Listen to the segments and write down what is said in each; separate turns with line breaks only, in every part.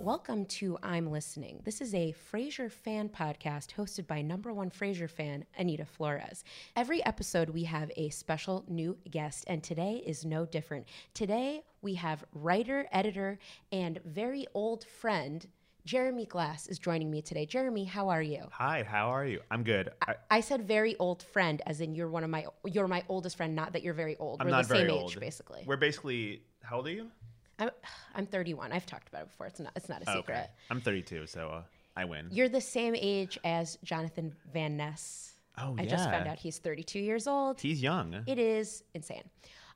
Welcome to I'm Listening. This is a Frasier fan podcast hosted by number one Frasier fan, Anita Flores. Every episode, we have a special new guest, and today is no different. Today, we have writer, editor, and very old friend, Jeremy Glass, is joining me today. Jeremy, how are you?
Hi, how are you? I'm good. I,
I said very old friend, as in you're one of my you're my oldest friend. Not that you're very old.
I'm
We're
not
the same
very
age,
old.
basically.
We're basically. How old are you?
I'm, I'm 31. I've talked about it before. It's not it's
Oh,
not a secret.
I'm 32, so uh, I win.
You're the same age as Jonathan Van Ness.
oh
I just found out he's 32 years old.
he's young.
It is insane.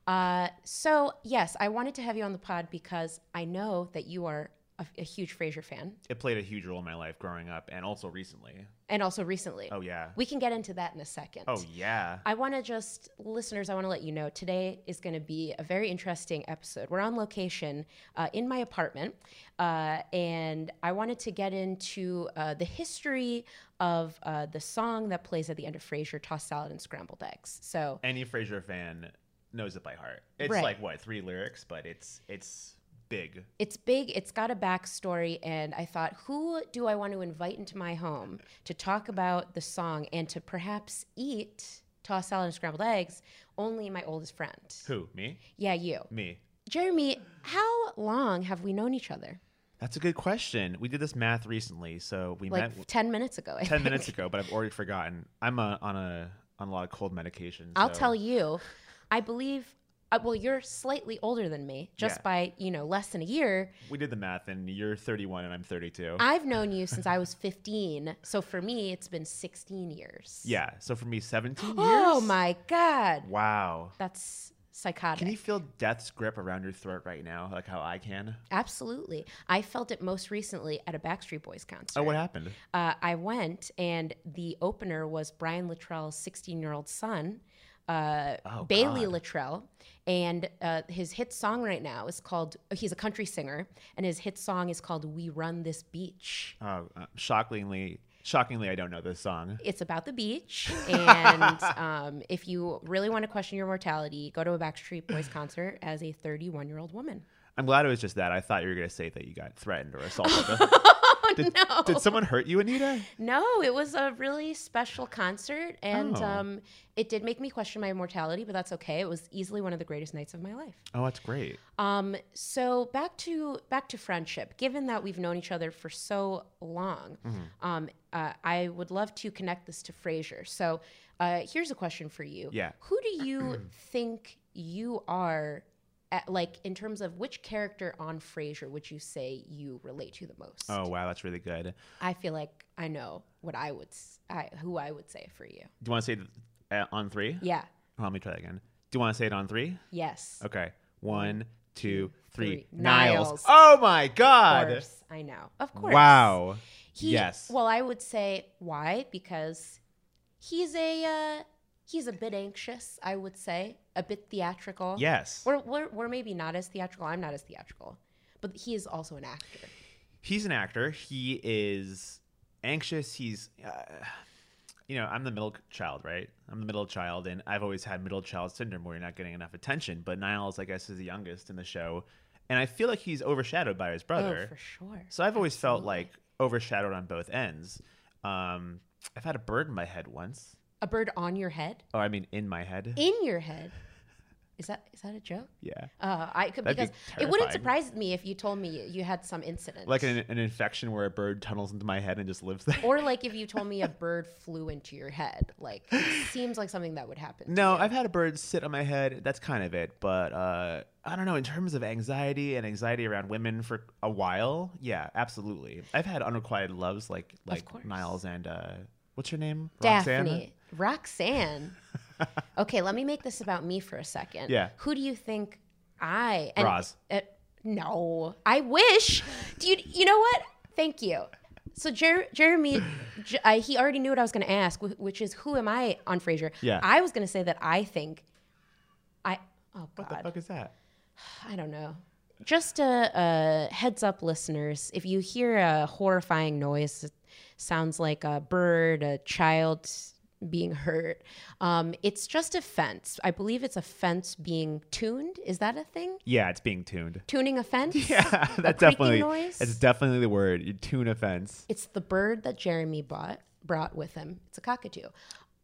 Uh, so, yes, I wanted to have you on the pod because I know that you are a, a huge Frasier fan
It played a huge role in my life growing up, and also recently.
and also recently.
Oh yeah.
We can get into that in a second.
Oh yeah.
I want to just, listeners, I want to let you know today is going to be a very interesting episode. We're on location uh, in my apartment, uh, and I wanted to get into uh, the history of uh, the song that plays at the end of Frasier Tossed Salad and Scrambled Eggs. So,
Any Frasier fan knows it by heart. It's
Right.
like what three lyrics, but it's it's big.
it's big, it's got a backstory, and I thought, who do I want to invite into my home to talk about the song and to perhaps eat tossed salad and scrambled eggs? Only my oldest friend.
Who? Me?
Yeah, you.
Me.
Jeremy, how long have we known each other?
That's a good question. We did this math recently, so we
Like
met
10 minutes ago. I
ten
think.
minutes ago, but I've already forgotten. I'm uh on a on a lot of cold medication.
I'll
so-
tell you, I believe, uh, well, you're slightly older than me just
Yeah.
by, you know, less than a year.
We did the math, and you're 31, and I'm 32.
I've known you since I was 15. So for me, it's been 16 years.
Yeah. So for me, 17 years.
Oh my God.
Wow.
That's psychotic.
Can you feel death's grip around your throat right now, like how I can?
Absolutely. I felt it most recently at a Backstreet Boys concert.
Oh, what happened?
uh, I went, and the opener was Brian Luttrell's 16 year old son, uh,
Oh,
Bailey
God.
Luttrell. And uh, his hit song right now is called, oh, he's a country singer, and his hit song is called We Run This Beach.
Oh, uh, shockingly, shockingly, I don't know this song.
It's about the beach. And um, if you really want to question your mortality, go to a Backstreet Boys concert as a 31 year old woman.
I'm glad it was just that. I thought you were gonna say that you got threatened or assaulted. did,
Oh, no.
did someone hurt you, Anita?
No, it was a really special concert, and
Oh.
um, it did make me question my mortality, but that's okay. It was easily one of the greatest nights of my life.
Oh, that's great.
Um, so back to back to friendship. Given that we've known each other for so long,
Mm-hmm.
um, uh, I would love to connect this to Frasier. So uh, here's a question for you.
Yeah.
Who do you think you are? At, like in terms of which character on Frasier would you say you relate to the most?
Oh, wow, that's really good. Do
I feel like I know what I would, s- I, who I would say for you.
you want to say it uh, on three?
Yeah.
Oh, let me try that again. Do you want to say it on three?
Yes.
Okay. One, two,
three.
three. Niles.
Niles.
Oh my
Of
God.
course. I know. Of course.
Wow.
He,
Yes.
Well, I would say why because he's a uh, he's a bit anxious. I would say a bit theatrical.
Yes.
We're, we're we're maybe not as theatrical. I'm not as theatrical, but he is also an actor.
he's an actor. He is anxious. He's, uh, you know, I'm the middle child, right? I'm the middle child, and I've always had middle child syndrome where you're not getting enough attention. But Niles, I guess, is the youngest in the show, and I feel like he's overshadowed by his brother.
Oh, for sure.
So I've always felt
Absolutely.
like overshadowed on both ends. Um, I've had a bird in my head once.
A bird on your head,
Oh, I mean, in my head.
in your head. Is that is that a joke?
yeah.
Uh, I could
That'd be
because it wouldn't
terrifying.
surprise me if you told me you had some incident,
Like an, an infection where a bird tunnels into my head and just lives there.
or like if you told me a bird flew into your head. Like it seems like something that would happen. to
No,
you.
I've had a bird sit on my head. That's kind of it. But uh, I don't know. In terms of anxiety and anxiety around women for a while, yeah, absolutely. I've had unrequited loves like like
course.
Niles and uh, what's your name?
Daphne. Roxanne. Okay, let me make this about me for a second.
Yeah.
Who do you think I
Roz.
uh, no, I wish. Do you? You know what? Thank you. So Jer- Jeremy, J- I, he already knew what I was going to ask, wh- which is who am I on Frasier?
Yeah.
I was going to say that I think I. Oh
What the
God.
fuck is that?
I don't know. Just a, a heads up, listeners. If you hear a horrifying noise, it sounds like a bird, a child being hurt. Um, it's just a fence. I believe it's a fence being tuned. Is that a thing?
Yeah, it's being tuned.
Tuning a fence?
Yeah, that's
creaking
definitely
noise?
that's definitely the word. You tune a fence.
It's the bird that Jeremy bought brought with him. It's a cockatoo.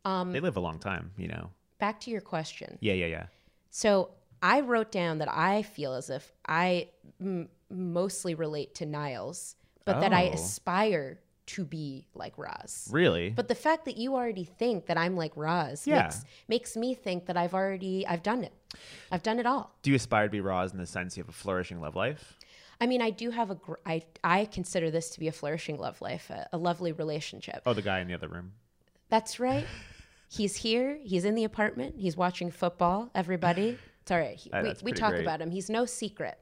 Um,
They live a long time, you know.
back to your question.
Yeah, yeah, yeah.
So I wrote down that I feel as if I m- mostly relate to Niles, but that I
Oh.
aspire to be like Roz.
Really?
But the fact that you already think that I'm like Roz
Yeah.
makes makes me think that I've already I've done it. I've done it all.
Do you aspire to be Roz in the sense you have a flourishing love life?
I mean, I do have a gr- I I consider this to be a flourishing love life, a, a lovely relationship.
Oh, the guy in the other room.
That's right. He's here. He's in the apartment. He's watching football. Everybody, it's all right. He-
Uh,
we
that's
we
pretty
talk
great.
about him. He's no secret.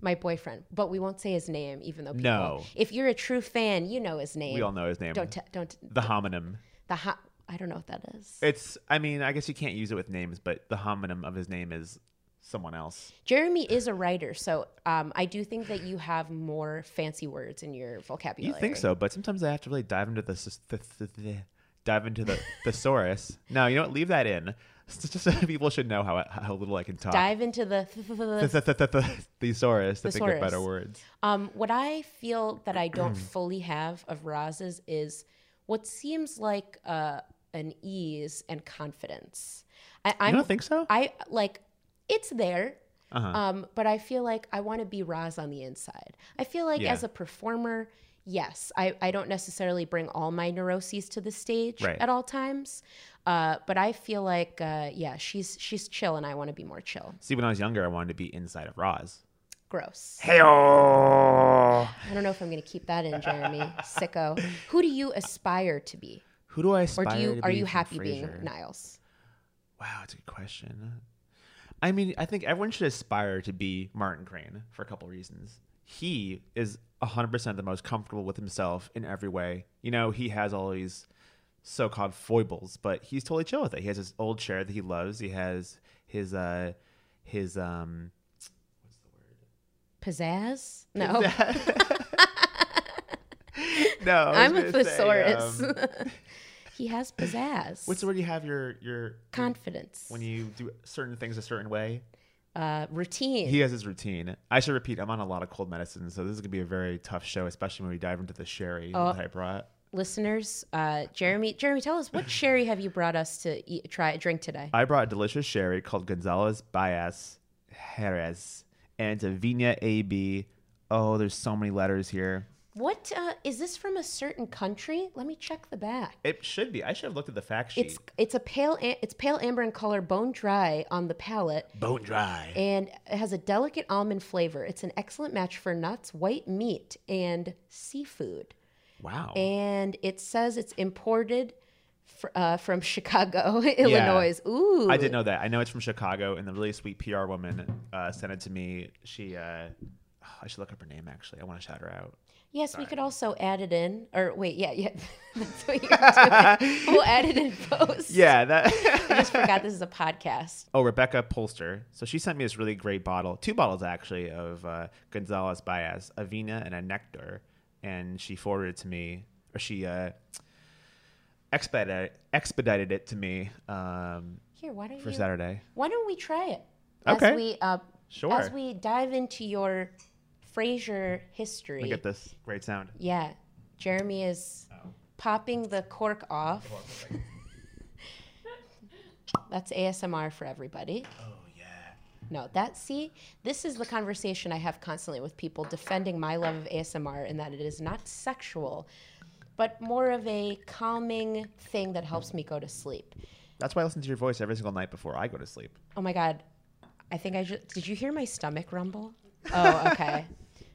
My boyfriend, but we won't say his name, even though people,
No.
If you're a true fan, you know his name.
We all know his name.
Don't t- don't t-
the homonym.
the hot. I don't know what that is.
It's. I mean, I guess you can't use it with names, but the homonym of his name is someone else.
Jeremy is a writer, so um, I do think that you have more fancy words in your vocabulary.
You think so, but sometimes I have to really dive into the, s- th th th- dive into the thesaurus. No, you know what? Leave that in. It's Just so people should know how how little I can talk.
Dive into the
Th- th- th- th- th- thesaurus to think of
Thesaurus.
better words.
Um, what I feel that I don't fully have of Roz's is what seems like uh, an ease and confidence. I,
You
I'm,
don't think so?
I like it's there,
Uh-huh.
um, but I feel like I want to be Roz on the inside. I feel like
Yeah.
as a performer, yes, I, I don't necessarily bring all my neuroses to the stage
Right.
at all times, uh, but I feel like uh, yeah, she's she's chill, and I want to be more chill.
See, when I was younger, I wanted to be inside of Roz.
Gross.
Hey,
I don't know if I'm going to keep that in, Jeremy. Sicko. Who do you aspire to be,
who do I
or
aspire
do you
to
are
be
you
from
happy being
Frasier?
Niles?
Wow, that's a good question. I mean, I think everyone should aspire to be Martin Crane for a couple reasons. He is 100% the most comfortable with himself in every way. You know, he has all these so called foibles, but he's totally chill with it. He has his old chair that he loves. He has his, uh, his, um,
Pizzazz? No,
no, I was
I'm a
gonna say, um,
thesaurus. he has pizzazz.
what's the word you have your, your,
confidence?
when you do certain things a certain way?
uh, routine.
He has his routine. I should repeat, I'm on a lot of cold medicine, so this is gonna be a very tough show, especially when we dive into the sherry
Oh.
that I brought.
Listeners, uh, Jeremy, Jeremy, tell us what sherry have you brought us to eat, try drink today?
I brought a delicious sherry called Gonzalez Baez Jerez, and it's a Vina AB. Oh, there's so many letters here.
What uh, is this from a certain country? Let me check the back.
It should be. I should have looked at the fact sheet.
It's it's a pale am- it's pale amber in color, bone dry on the palate,
bone dry.
and it has a delicate almond flavor. It's an excellent match for nuts, white meat, and seafood.
Wow.
And it says it's imported fr- uh, from Chicago, Illinois. Ooh,
I didn't know that. I know it's from Chicago, and the really sweet PR woman uh, sent it to me. She, uh, I should look up her name actually. I want to shout her out.
Yes, we could also add it in. Or wait, yeah, yeah, that's what you're doing. we'll add it in post.
Yeah, that.
I just forgot this is a podcast.
Oh, Rebecca Polster. So she sent me this really great bottle, two bottles actually, of uh, Gonzalez Baez, a Vina and a Nectar. And she forwarded it to me, or she uh, expedited, expedited it to me um,
Here, why don't
for
you?
Saturday.
Why don't we try it?
Okay.
As we uh,
Sure.
as we dive into your Frasier history.
Look at this great sound.
Yeah, Jeremy is popping Oh. the cork off. That's ASMR for everybody.
Oh, yeah.
No, that see, this is the conversation I have constantly with people defending my love of ASMR and that it is not sexual, but more of a calming thing that helps me go to sleep.
That's why I listen to your voice every single night before I go to sleep.
Oh my god, I think I just did. You hear my stomach rumble? Oh, okay.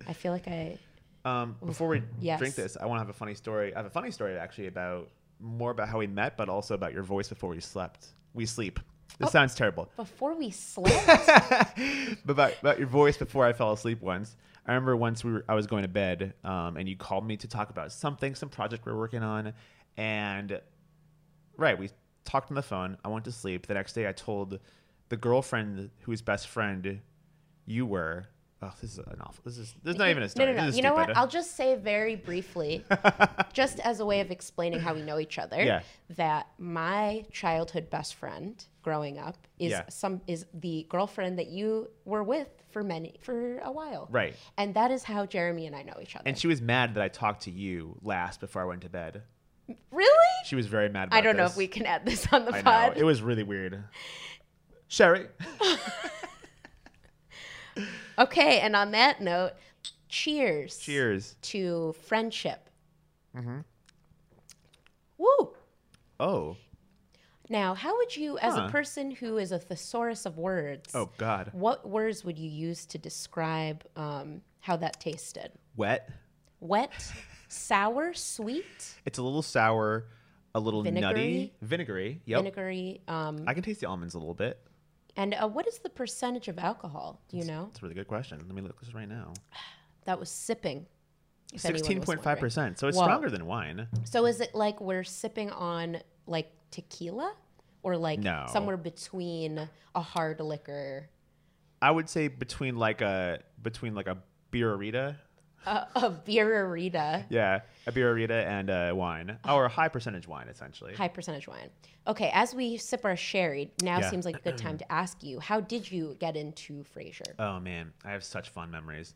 I feel like I.
Um, before we
yes.
drink this, I want to have a funny story. I have a funny story actually about more about how we met, but also about your voice before we slept. we sleep. This
Oh.
sounds terrible.
Before we slept,
But about, about your voice before I fell asleep once. I remember once we were, I was going to bed, um, and you called me to talk about something, some project we are working on, and right, we talked on the phone. I went to sleep. The next day, I told the girlfriend whose best friend you were. Oh, this is an awful. This is this is not even
no,
a story.
no, no.
This is
You know what?
stupid.
I'll just say very briefly, just as a way of explaining how we know each other,
Yeah.
that my childhood best friend growing up is
Yeah.
some is the girlfriend that you were with for many for a while,
Right.
And that is how Jeremy and I know each other.
And she was mad that I talked to you last before I went to bed.
really?
She was very mad. About
I don't know
this.
if we can add this on the
I know
pod.
it was really weird. Sherry,
Okay, and on that note, cheers.
cheers.
To friendship. Mm-hmm. Woo!
Oh,
Now, how would you, as
Huh.
a person who is a thesaurus of words,
oh God.
what words would you use to describe um, how that tasted?
Wet.
Wet, sour, sweet,
It's a little sour, a little nutty,
Vinegary?
vinegary. Yep.
vinegary, um,
I can taste the almonds a little bit.
and uh, what is the percentage of alcohol? Do you know?
That's a really good question. Let me look this right now.
That was sipping. if anyone was
Sixteen point five percent. So it's
Whoa.
stronger than wine.
So is it like we're sipping on like tequila or like
No.
somewhere between a hard liquor,
I would say between like a between like a beerita,
a, a beerita,
yeah, a beerita and a wine, or a high percentage wine essentially.
high percentage wine? Okay, as we sip our sherry, now
Yeah.
seems like a good time to ask you, how did you get into Frasier?
Oh man, I have such fond memories.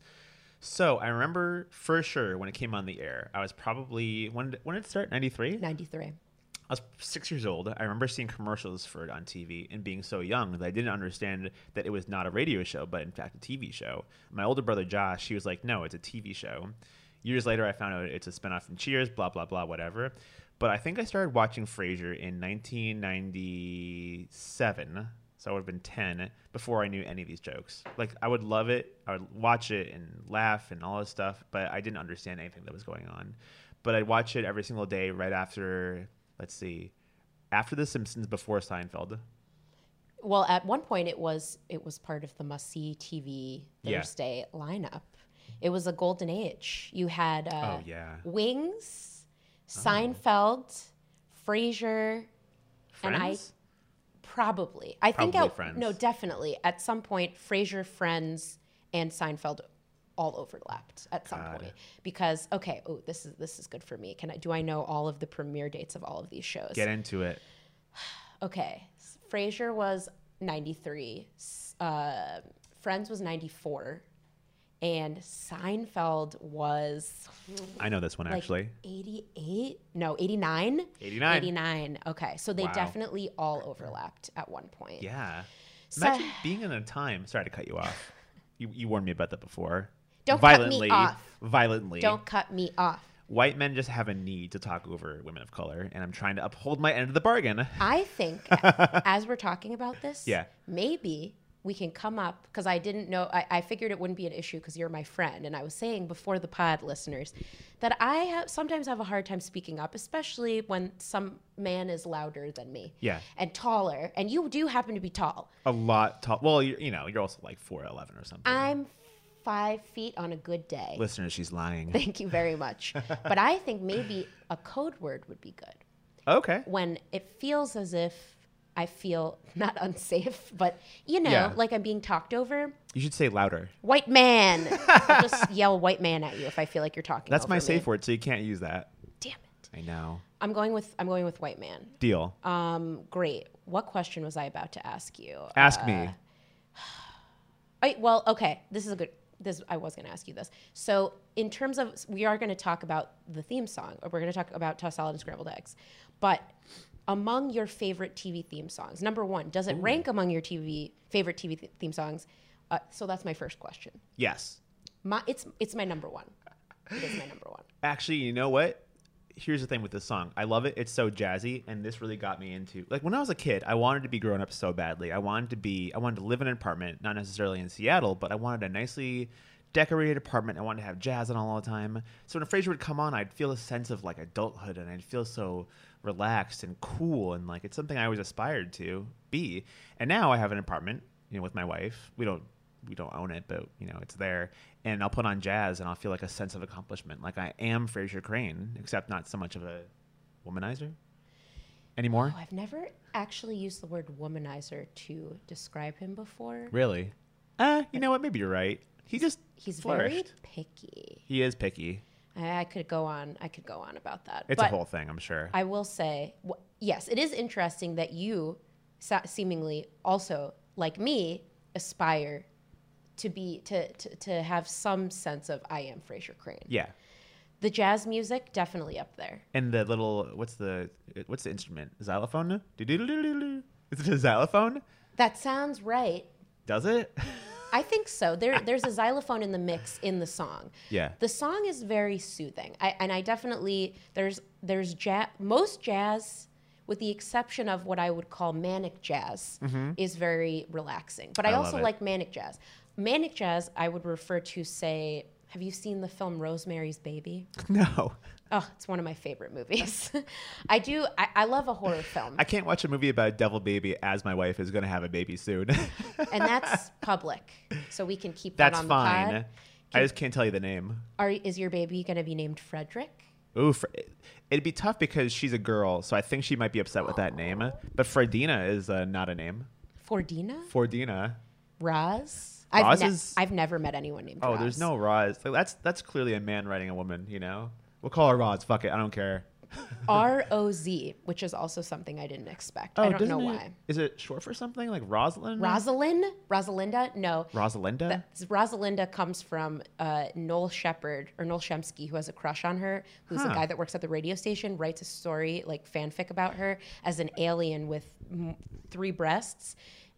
So I remember for sure when it came on the air. I was probably when did, when did it start? Ninety three.
93.
I was six years old. I remember seeing commercials for it on TV and being so young that I didn't understand that it was not a radio show, but in fact a TV show. My older brother Josh, he was like, "No, it's a TV show." Years later, I found out it's a spinoff from Cheers, blah blah blah, whatever. But I think I started watching Frasier in 1997, so I would have been 10 before I knew any of these jokes. Like I would love it, I would watch it and laugh and all this stuff, but I didn't understand anything that was going on. But I'd watch it every single day right after let's see after the simpsons before seinfeld
Well, at one point it was it was part of the must see TV
Yeah.
Thursday lineup. It was a golden age. You had uh,
oh yeah Oh.
Wings, Seinfeld, Frasier, and I-
friends
probably. I think
Probably
at,
Friends.
no, definitely at some point Frasier, Friends, and Seinfeld all overlapped at some
God.
point because okay, oh, this is this is good for me. Can I do I know all of the premiere dates of all of these shows?
get into it
Okay, s- Frasier was ninety three. Uh, Friends was ninety four. And Seinfeld was
i know this one
like
actually
88 no 89
89.
89 okay so they
Wow.
definitely all overlapped at one point
yeah
So-
imagine being in a time sorry to cut you off you, you warned me about that before
Don't cut me
violently
off.
violently
don't cut me off
white men just have a need to talk over women of color and i'm trying to uphold my end of the bargain
i think as we're talking about this
Yeah.
maybe we can come up because i didn't know I, I figured it wouldn't be an issue because you're my friend and i was saying before the pod listeners that i have sometimes have a hard time speaking up especially when some man is louder than me
Yeah.
and taller and you do happen to be tall
a lot tall well you, you know you're also like 411 or something
i'm five feet on a good day
listeners she's lying
Thank you very much. but I think maybe a code word would be good
okay
when it feels as if I feel not unsafe, but you know,
Yeah.
like I'm being talked over.
you should say louder
White man. I'll just yell white man at you if I feel like you're talking.
that's my
over me.
safe word so you can't use that
Damn it.
i know
I'm going with I'm going with white man.
deal
Um, great. What question was I about to ask you?
ask me
I, well, okay. This is a good. This I was going to ask you this. So, in terms of, we are going to talk about the theme song, or we're going to talk about toss salad and scrambled eggs. But among your favorite TV theme songs, number one, does it rank among your TV favorite TV th- theme songs? Uh, so that's my first question.
yes
My, it's it's my number one. It is my number one.
actually you know what here's the thing with this song i love it it's so jazzy and this really got me into like when i was a kid i wanted to be grown up so badly i wanted to be i wanted to live in an apartment not necessarily in seattle but i wanted a nicely decorated apartment i wanted to have jazz on all the time so when a frasier would come on i'd feel a sense of like adulthood and i'd feel so relaxed and cool and like it's something I always aspired to be. And now I have an apartment, you know, with my wife. We don't we don't own it, but you know, it's there. And I'll put on jazz and I'll feel like a sense of accomplishment. Like I am Fraser Crane, except not so much of a womanizer anymore.
Oh, I've never actually used the word womanizer to describe him before.
Really? Uh, you know what? Maybe you're right. He just
He's
flourished.
very picky.
He is picky.
I, I could go on. I could go on about that.
It's
but
a whole thing, I'm sure.
I will say, wh- yes, it is interesting that you sa- seemingly also, like me, aspire to be to, to to have some sense of I am Fraser Crane.
yeah.
The jazz music definitely up there.
And the little what's the what's the instrument? Xylophone? Do-do-do-do-do-do. Is it a xylophone?
That sounds right.
Does it?
I think so. There, there's a xylophone in the mix in the song.
Yeah.
The song is very soothing. I, and I definitely there's there's jazz. Most jazz, with the exception of what I would call manic jazz, is very relaxing. But I,
Mm-hmm. I love
also
it.
like manic jazz. Manic jazz, I would refer to say. Have you seen the film Rosemary's Baby?
no.
Oh, it's one of my favorite movies. I do. I, I love a horror film.
I can't watch a movie about devil baby as my wife is going to have a baby soon.
and that's public, so we can keep
That's
that on the
fine.
pod.
I just can't tell you the name.
Are is your baby going to be named Frederick?
Ooh, Fr- it'd be tough because she's a girl, so I think she might be upset with that name. But Fredina is uh, not a name.
Fordina?
Fordina.
Roz? I've,
Roz
ne-
is-
I've never met anyone named
Oh,
Roz.
there's no Roz. Like, that's that's clearly a man writing a woman. You know, we'll call her Roz. Fuck it, I don't care.
R O Z, which is also something I didn't expect. I don't
Oh, doesn't
know
it-
why.
Is it short for something like Rosalind?
Rosalind? Rosalinda? No.
Rosalinda.
Rosalinda comes from uh, Noel Shepherd or Noel Shemsky, who has a crush on her, who's a
Huh.
guy that works at the radio station, writes a story like fanfic about her as an alien with m- three breasts,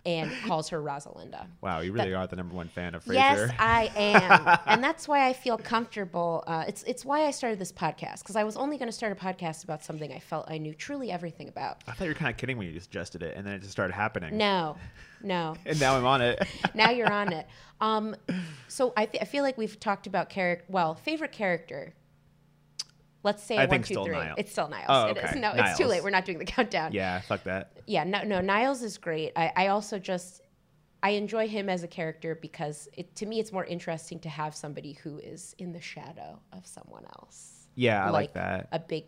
and calls her Rosalinda.
wow, you really are the number one fan of Frasier.
Yes, I am, and that's why I feel comfortable. Uh, it's it's why I started this podcast because I was only going to start a podcast about something I felt I knew truly everything about.
I thought you were kind of kidding when you suggested it, and then it just started happening.
No, no.
And now I'm on it.
now you're on it. Um, so I, th- I feel like we've talked about character. Well, favorite character. Let's say
I
one,
think
two,
still
three.
Niles.
It's still Niles.
Oh,
It is.
okay.
No, it's too
Niles.
late. We're not doing the countdown.
yeah, fuck that.
yeah no no niles is great i, I also just i enjoy him as a character because it, to me it's more interesting to have somebody who is in the shadow of someone else
Yeah, I like, that.
a big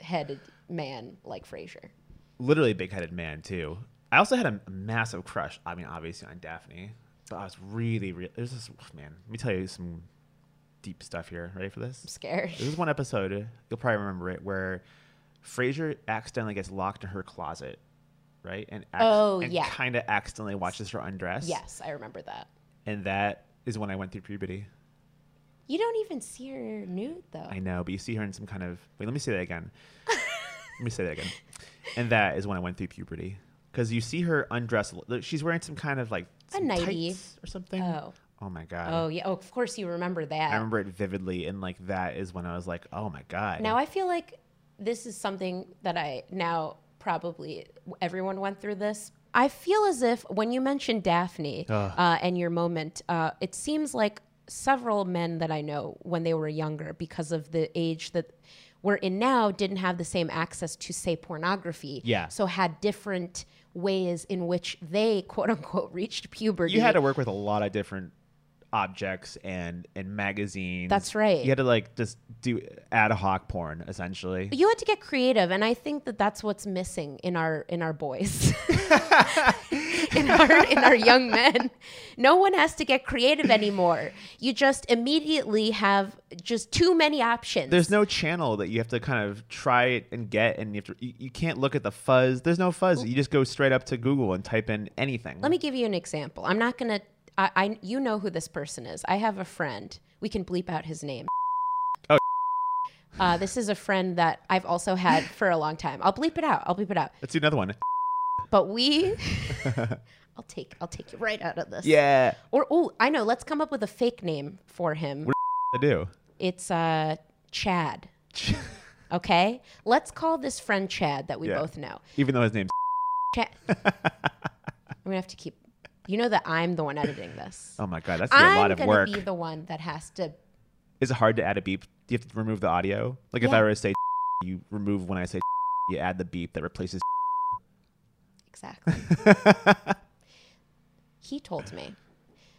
headed man like frasier
Literally big headed man too. I also had a massive crush. I mean, obviously on Daphne, but I was really, really. There's this oh, man. Let me tell you some deep stuff here. Ready for this?
i'm scared
This is one episode you'll probably remember it where Frasier accidentally gets locked in her closet, right? And ac-
Oh,
and
yeah.
kind of accidentally watches her undress.
yes i remember that
and that is when I went through puberty.
you don't even see her nude though
I know, but you see her in some kind of wait. Let me say that again. let me say that again. And that is when I went through puberty because you see her undress. look, She's wearing some kind of like
A
some
nightie.
tights or something.
Oh.
Oh my god.
oh yeah oh, of course you remember that
I remember it vividly, and like that is when I was like, "Oh my god!"
Now I feel like this is something that I now probably everyone went through this. I feel as if when you mentioned Daphne uh, and your moment, uh, it seems like several men that I know when they were younger, because of the age that we're in now, didn't have the same access to, say, pornography.
Yeah.
So had different ways in which they, quote unquote, reached puberty.
you had to work with a lot of different objects and and magazines.
That's right.
You had to like just do ad hoc porn essentially.
you had to get creative and i think that that's what's missing in our in our boys in our in our young men no one has to get creative anymore you just immediately have just too many options
There's no channel that you have to kind of try it and get, and you have to. You, you can't look at the fuzz. There's no fuzz. You just go straight up to Google and type in anything.
let me give you an example i'm not gonna I, I you know who this person is i have a friend we can bleep out his name
Oh.
uh, this is a friend that i've also had for a long time i'll bleep it out i'll bleep it out
Let's do another one.
but we i'll take i'll take you right out of this
Yeah.
Or oh, I know. Let's come up with a fake name for him.
What To do.
It's uh Chad. Okay, let's call this friend Chad that we
Yeah.
both know.
Even though his name's
Chad. I'm gonna have to keep. You know that I'm the one editing this.
oh my god, that's gonna be
I'm
a lot of
gonna
work.
be the one that has to.
Is it hard to add a beep? Do you have to remove the audio? Like if
Yeah.
I were to say, you remove when I say. you add the beep that replaces.
Exactly. he told me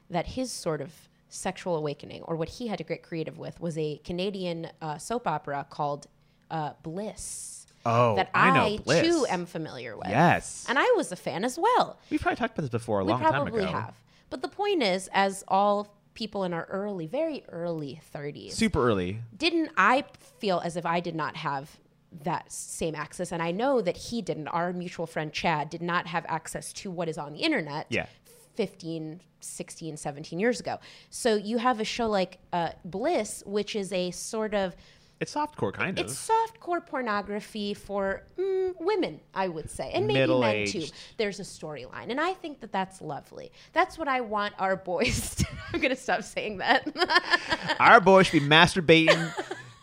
that his sort of sexual awakening, or what he had to get creative with, was a Canadian uh, soap opera called uh, Bliss
Oh,
that
I know.
I,
Bliss.
too am familiar with.
Yes.
And I was a fan as well.
We've probably talked about this before a
We
long time ago.
probably have. But the point is, as all people in our early, very early 30s,
Super early.
didn't I feel as if I did not have that same access? And I know that he didn't. Our mutual friend Chad did not have access to what is on the internet.
Yeah.
15, 16, 17 years ago. So you have a show like uh, Bliss, which is a sort of,
It's softcore, kind
it's
of.
softcore pornography for mm, women, I would say, and maybe men too.
Middle-aged.
There's a storyline. And I think that that's lovely. That's what I want our boys to, I'm going to stop saying that.
Our boy should be masturbating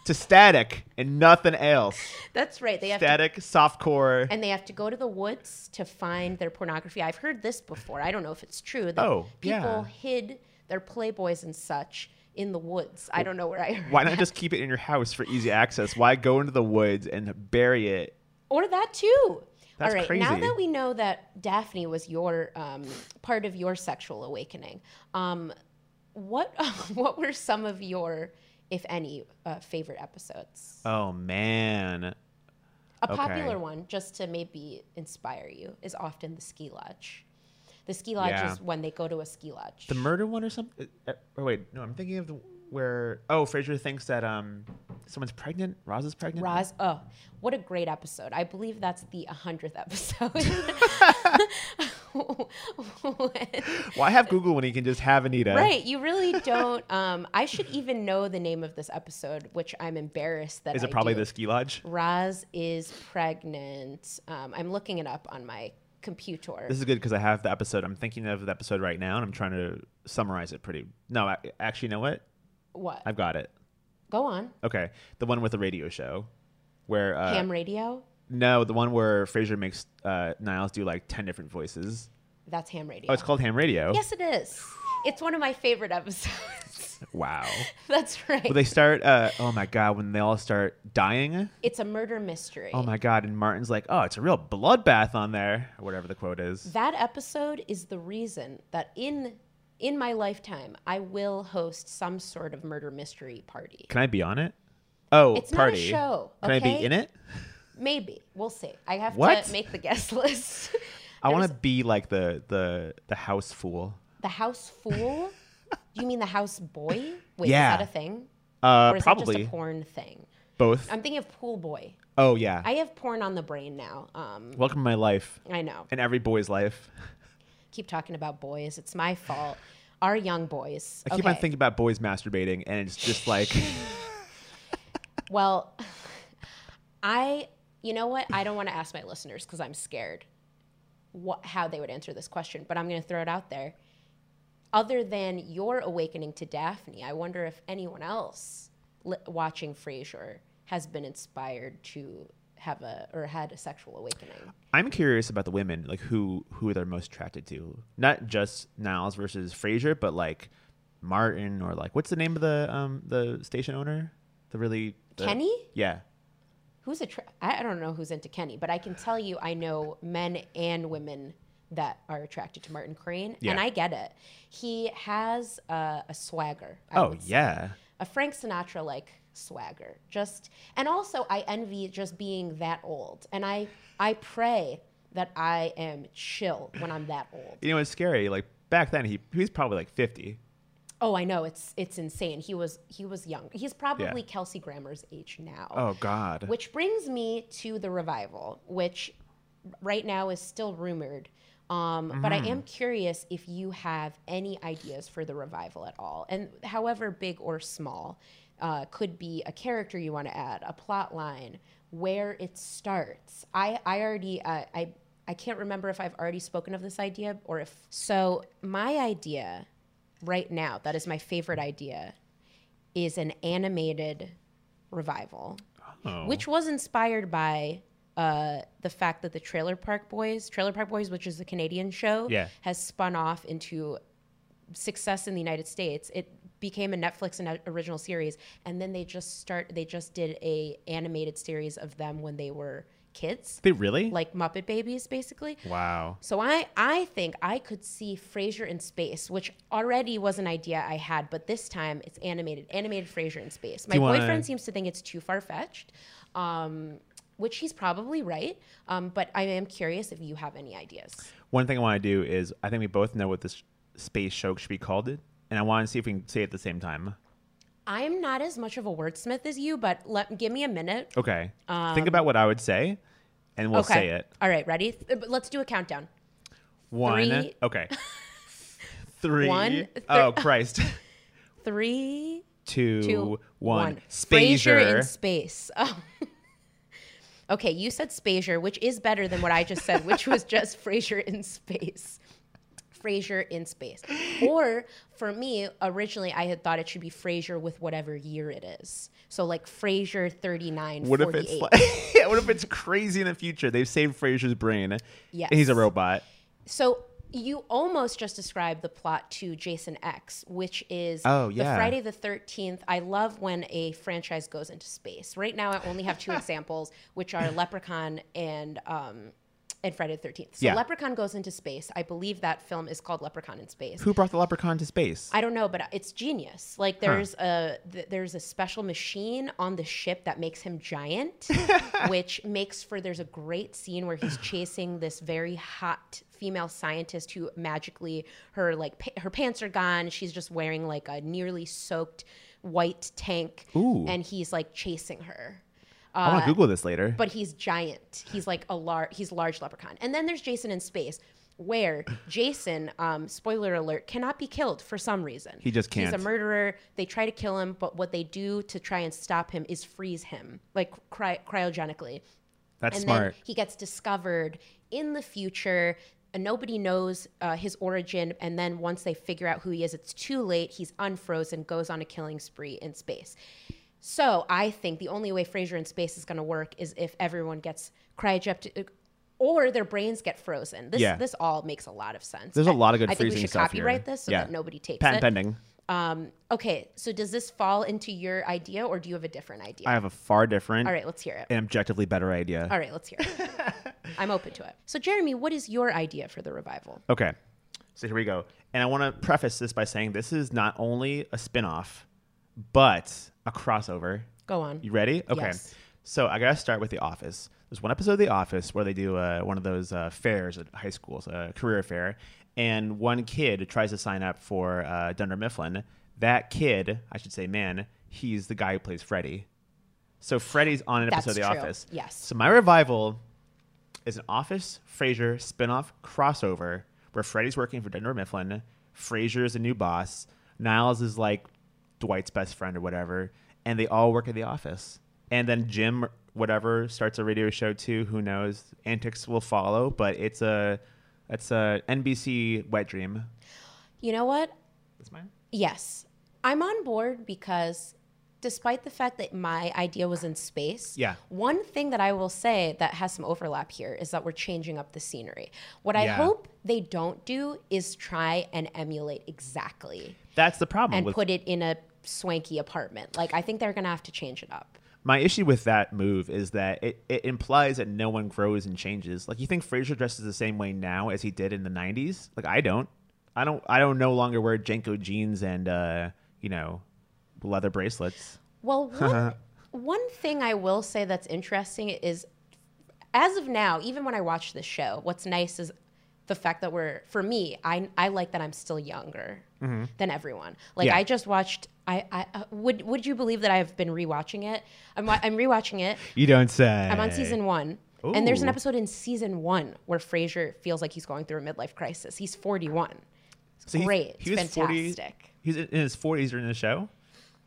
to static and nothing else.
that's right. They have to
Static, softcore.
and they have to go to the woods to find their pornography. I've heard this before. I don't know if it's true that
Oh,
people
yeah.
hid their playboys and such in the woods. I don't know where I heard.
Why
that.
not just keep it in your house for easy access? Why go into the woods and bury it?
Or that too.
That's
All right. Now
crazy.
that we know that Daphne was your um, part of your sexual awakening, um, what what were some of your, if any, uh, favorite episodes?
Oh, man.
A
Okay.
popular one, just to maybe inspire you, is often the ski lodge. The ski lodge
Yeah.
is when they go to a ski lodge.
The murder one or something? Oh, wait. No, I'm thinking of the where. Oh, Fraser thinks that um someone's pregnant. Roz is pregnant.
Roz, oh, what a great episode. I believe that's the 100th episode.
Why have Google when he can just have Anita?
right, you really don't. Um, I should even know the name of this episode, which I'm embarrassed that
Is
I
it probably
do.
the ski lodge?
Roz is pregnant. Um, I'm looking it up on my computer.
This is good because I have the episode. I'm thinking of the episode right now, and I'm trying to summarize it pretty. No, I, actually, you know what?
what?
I've got it.
go on.
Okay, the one with the radio show, where uh,
Ham radio.
no, the one where Fraser makes uh, Niles do like ten different voices.
That's ham radio.
Oh, it's called Ham Radio.
Yes, it is. It's one of my favorite episodes.
Wow.
That's right.
Well, they start. Uh, oh my god, when they all start dying.
it's a murder mystery.
Oh my god, and Martin's like, "Oh, it's a real bloodbath on there," or whatever the quote is.
That episode is the reason that in in my lifetime I will host some sort of murder mystery party.
Can I be on it? Oh,
It's not a
party.
show,
Can I
okay?
be in it?
Maybe. We'll see. I have
What?
to make the guest list.
I want
There's-
to be like the the the house fool.
the house fool? Do you mean the house boy? Wait,
Yeah.
is that a thing?
Uh,
or is that
probably
just a porn thing?
both.
I'm thinking of pool boy.
oh yeah.
I have porn on the brain now. Um,
Welcome to my life
I know.
and every boy's life.
Keep talking about boys. It's my fault. Our young boys.
I keep on thinking about boys masturbating, and it's just like
Well, I, you know what? I don't want to ask my listeners because I'm scared what, how they would answer this question, but I'm going to throw it out there. Other than your awakening to Daphne, I wonder if anyone else li- watching Frasier has been inspired to have a or had a sexual awakening.
I'm curious about the women, like who who they're most attracted to. Not just Niles versus Frasier, but like Martin or like what's the name of the um the station owner? The really the-
Kenny?
Yeah.
Who's a I I don't know who's into Kenny, but I can tell you I know men and women that are attracted to Martin Crane,
Yeah.
and I get it. He has a, a swagger. I
Oh
would say.
yeah.
a Frank Sinatra like swagger. Just and also I envy just being that old. And I I pray that I am chill when I'm that old.
You know it's scary. Like back then he he's probably like 50.
Oh, I know it's it's insane. He was he was young. He's probably Kelsey Grammer's age now.
Oh God.
Which brings me to the revival, which right now is still rumored. Um, But I am curious if you have any ideas for the revival at all. And however big or small, uh, could be a character you want to add, a plot line, where it starts. I, I already, uh, I, I can't remember if I've already spoken of this idea or if. So, my idea right now, that is my favorite idea, is an animated revival
Oh.
which was inspired by uh, the fact that the Trailer Park Boys, Trailer Park Boys, which is a Canadian show,
Yeah.
has spun off into success in the United States. It became a Netflix and original series, and then they just start. They just did a animated series of them when they were kids,
They really?
like Muppet Babies, basically.
wow.
So I I think I could see Frasier in space, which already was an idea I had, but this time it's animated, animated Frasier in space. My
you wanna-
boyfriend seems to think it's too far fetched, um, which he's probably right. Um, but I am curious if you have any ideas.
One thing I want to do is I think we both know what this space show should be called, it, and I want to see if we can say it at the same time.
I'm not as much of a wordsmith as you, but let give me a minute.
Okay. think about what I would say, and we'll say it.
All right, ready? Th- but Let's do a countdown.
One.
Three.
Okay. Three.
One, th-
oh Christ.
Three,
Two, one.
two, one. Frasier in
Spazier.
space. Oh. okay, you said Spazier, which is better than what I just said, which was just Frasier in space. Frasier in space. Or for me, originally I had thought it should be Frasier with whatever year it is. So like Frasier 39,
What if
48.
it's like? yeah, what if it's crazy in the future? They've saved Frasier's brain.
Yes.
He's a robot.
So you almost just described the plot to Jason X, which is
Oh,
the
yeah.
Friday the 13th. I love when a franchise goes into space. Right now, I only have two examples, which are Leprechaun and. Um, and Friday the 13th. So
Yeah.
Leprechaun goes into space. I believe that film is called Leprechaun in Space.
Who brought the leprechaun to space?
I don't know, but it's genius. Like there's a th- there's a special machine on the ship that makes him giant, which makes for there's a great scene where he's chasing this very hot female scientist who magically her like pa- her pants are gone. She's just wearing like a nearly soaked white tank,
Ooh.
and he's like chasing her.
I want to Google this later.
Uh, But he's giant. He's like a lar- he's large leprechaun. And then there's Jason in space, where Jason, um, spoiler alert, cannot be killed for some reason.
He just
He's
can't.
a murderer. They try to kill him, but what they do to try and stop him is freeze him, like cry- cryogenically.
That's
and
smart.
then he gets discovered in the future. And nobody knows uh, his origin. And then once they figure out who he is, it's too late. He's unfrozen, goes on a killing spree in space. So I think the only way Frasier in space is going to work is if everyone gets cryogenic, or their brains get frozen. This
Yeah.
this all makes a lot of sense.
There's a lot of good
I think we
freezing
should
stuff
copyright
here.
this so
Yeah.
that nobody takes
Patent
it.
pending.
Okay, so does this fall into your idea, or do you have a different idea?
I have a far different
all right, let's hear it.
and objectively better idea.
All right, let's hear it. I'm open to it. So, Jeremy, what is your idea for the revival?
Okay. So here we go. And I want to preface this by saying this is not only a spin-off, but a crossover.
Go on.
You ready? Okay.
Yes.
So I got to start with The Office. There's one episode of The Office where they do uh, one of those uh, fairs at high schools, a career fair, and one kid tries to sign up for uh, Dunder Mifflin. That kid, I should say man, he's the guy who plays Freddy. So Freddy's on an episode
That's
of The
true.
Office.
Yes.
So my revival is an Office Frasier spinoff crossover where Freddy's working for Dunder Mifflin, Frasier is a new boss, Niles is like Dwight's best friend or whatever, and they all work at the office. And then Jim whatever starts a radio show too. Who knows? Antics will follow, but it's a it's a NBC wet dream.
You know what?
That's mine.
Yes, I'm on board because despite the fact that my idea was in space,
Yeah.
one thing that I will say that has some overlap here is that we're changing up the scenery. What I
Yeah.
hope they don't do is try and emulate exactly
That's the problem
and
with
put it in a swanky apartment. Like, I think they're going to have to change it up.
My issue with that move is that it, it implies that no one grows and changes. Like you think Frasier dresses the same way now as he did in the '90s? Like I don't. I don't. I don't no longer wear Jenko jeans and uh, you know leather bracelets.
Well, one, one thing I will say that's interesting is as of now, even when I watch this show, what's nice is the fact that we're, for me, I, I like that I'm still younger than everyone. Like,
Mm-hmm. Yeah.
I just watched. I, I uh, would would you believe that I've been rewatching it? I'm wa- I'm rewatching it.
You don't say.
I'm on season one, and there's an
Ooh.
episode in season one where Frasier feels like he's going through a midlife crisis. He's 41. It's
So he-
great.
he
it's
was 40
fantastic.
He's in his 40s during the show.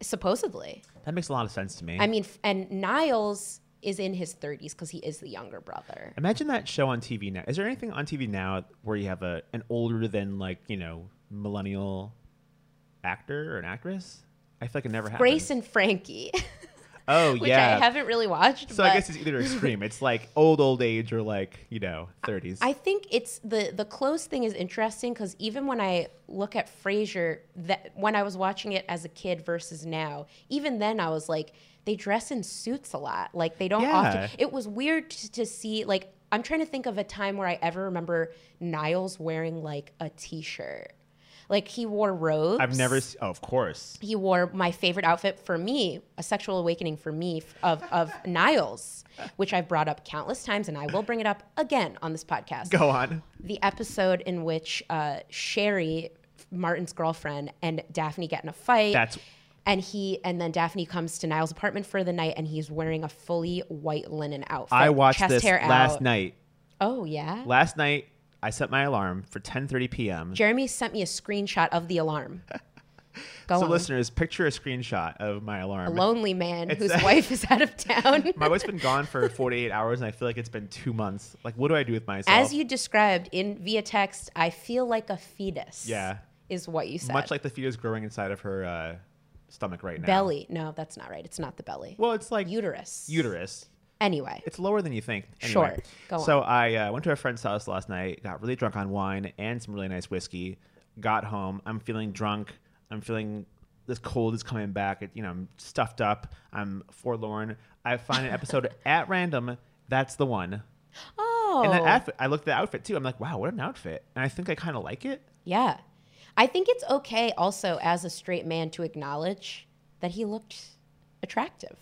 Supposedly,
That makes a lot of sense to me.
I mean, f- and Niles is in his 30s because he is the younger brother.
Imagine that show on TV now. Is there anything on TV now where you have a an older than like you know millennial actor or an actress? I feel like it never happens.
Grace and Frankie.
Oh
which
yeah.
I haven't really watched.
so
but
I guess it's either extreme. It's like old old age or like you know 30s.
I think it's the the clothes thing is interesting because even when I look at Frasier, that when I was watching it as a kid versus now, even then I was like, they dress in suits a lot. Like they don't
Yeah.
often. It was weird to, to see like. I'm trying to think of a time where I ever remember Niles wearing like a t-shirt. Like he wore robes.
I've never. Se- oh, of course.
he wore my favorite outfit for me, a sexual awakening for me f- of of Niles, which I've brought up countless times, and I will bring it up again on this podcast.
Go on.
The episode in which uh, Sherry, Martin's girlfriend, and Daphne get in a fight.
That's-
and he and then Daphne comes to Niles' apartment for the night, and he's wearing a fully white linen outfit.
I watched
chest
this
hair
last
out.
night.
Oh yeah.
Last night I set my alarm for 10:30 p.m.
Jeremy sent me a screenshot of the alarm. Go
so
on.
listeners, picture a screenshot of my
a
alarm.
lonely man
It's
whose
a-
wife is out of town.
My wife's been gone for 48 hours, and I feel like it's been two months. Like, what do I do with myself?
As you described in via text, I feel like a fetus.
Yeah.
Is what you said.
much like the fetus growing inside of her uh, stomach right now.
belly. No, that's not right. It's not the belly.
Well, it's like
uterus.
uterus.
Anyway.
It's lower than you think.
Sure.
Anyway,
Go
So I uh, went to a friend's house last night, got really drunk on wine and some really nice whiskey. Got home. I'm feeling drunk. I'm feeling this cold is coming back. It, you know, I'm stuffed up. I'm forlorn. I find an episode at random. That's the one.
Oh.
And that outfit, I looked at the outfit too. I'm like, wow, what an outfit. And I think I kind of like it.
yeah. I think it's okay also as a straight man to acknowledge that he looked attractive.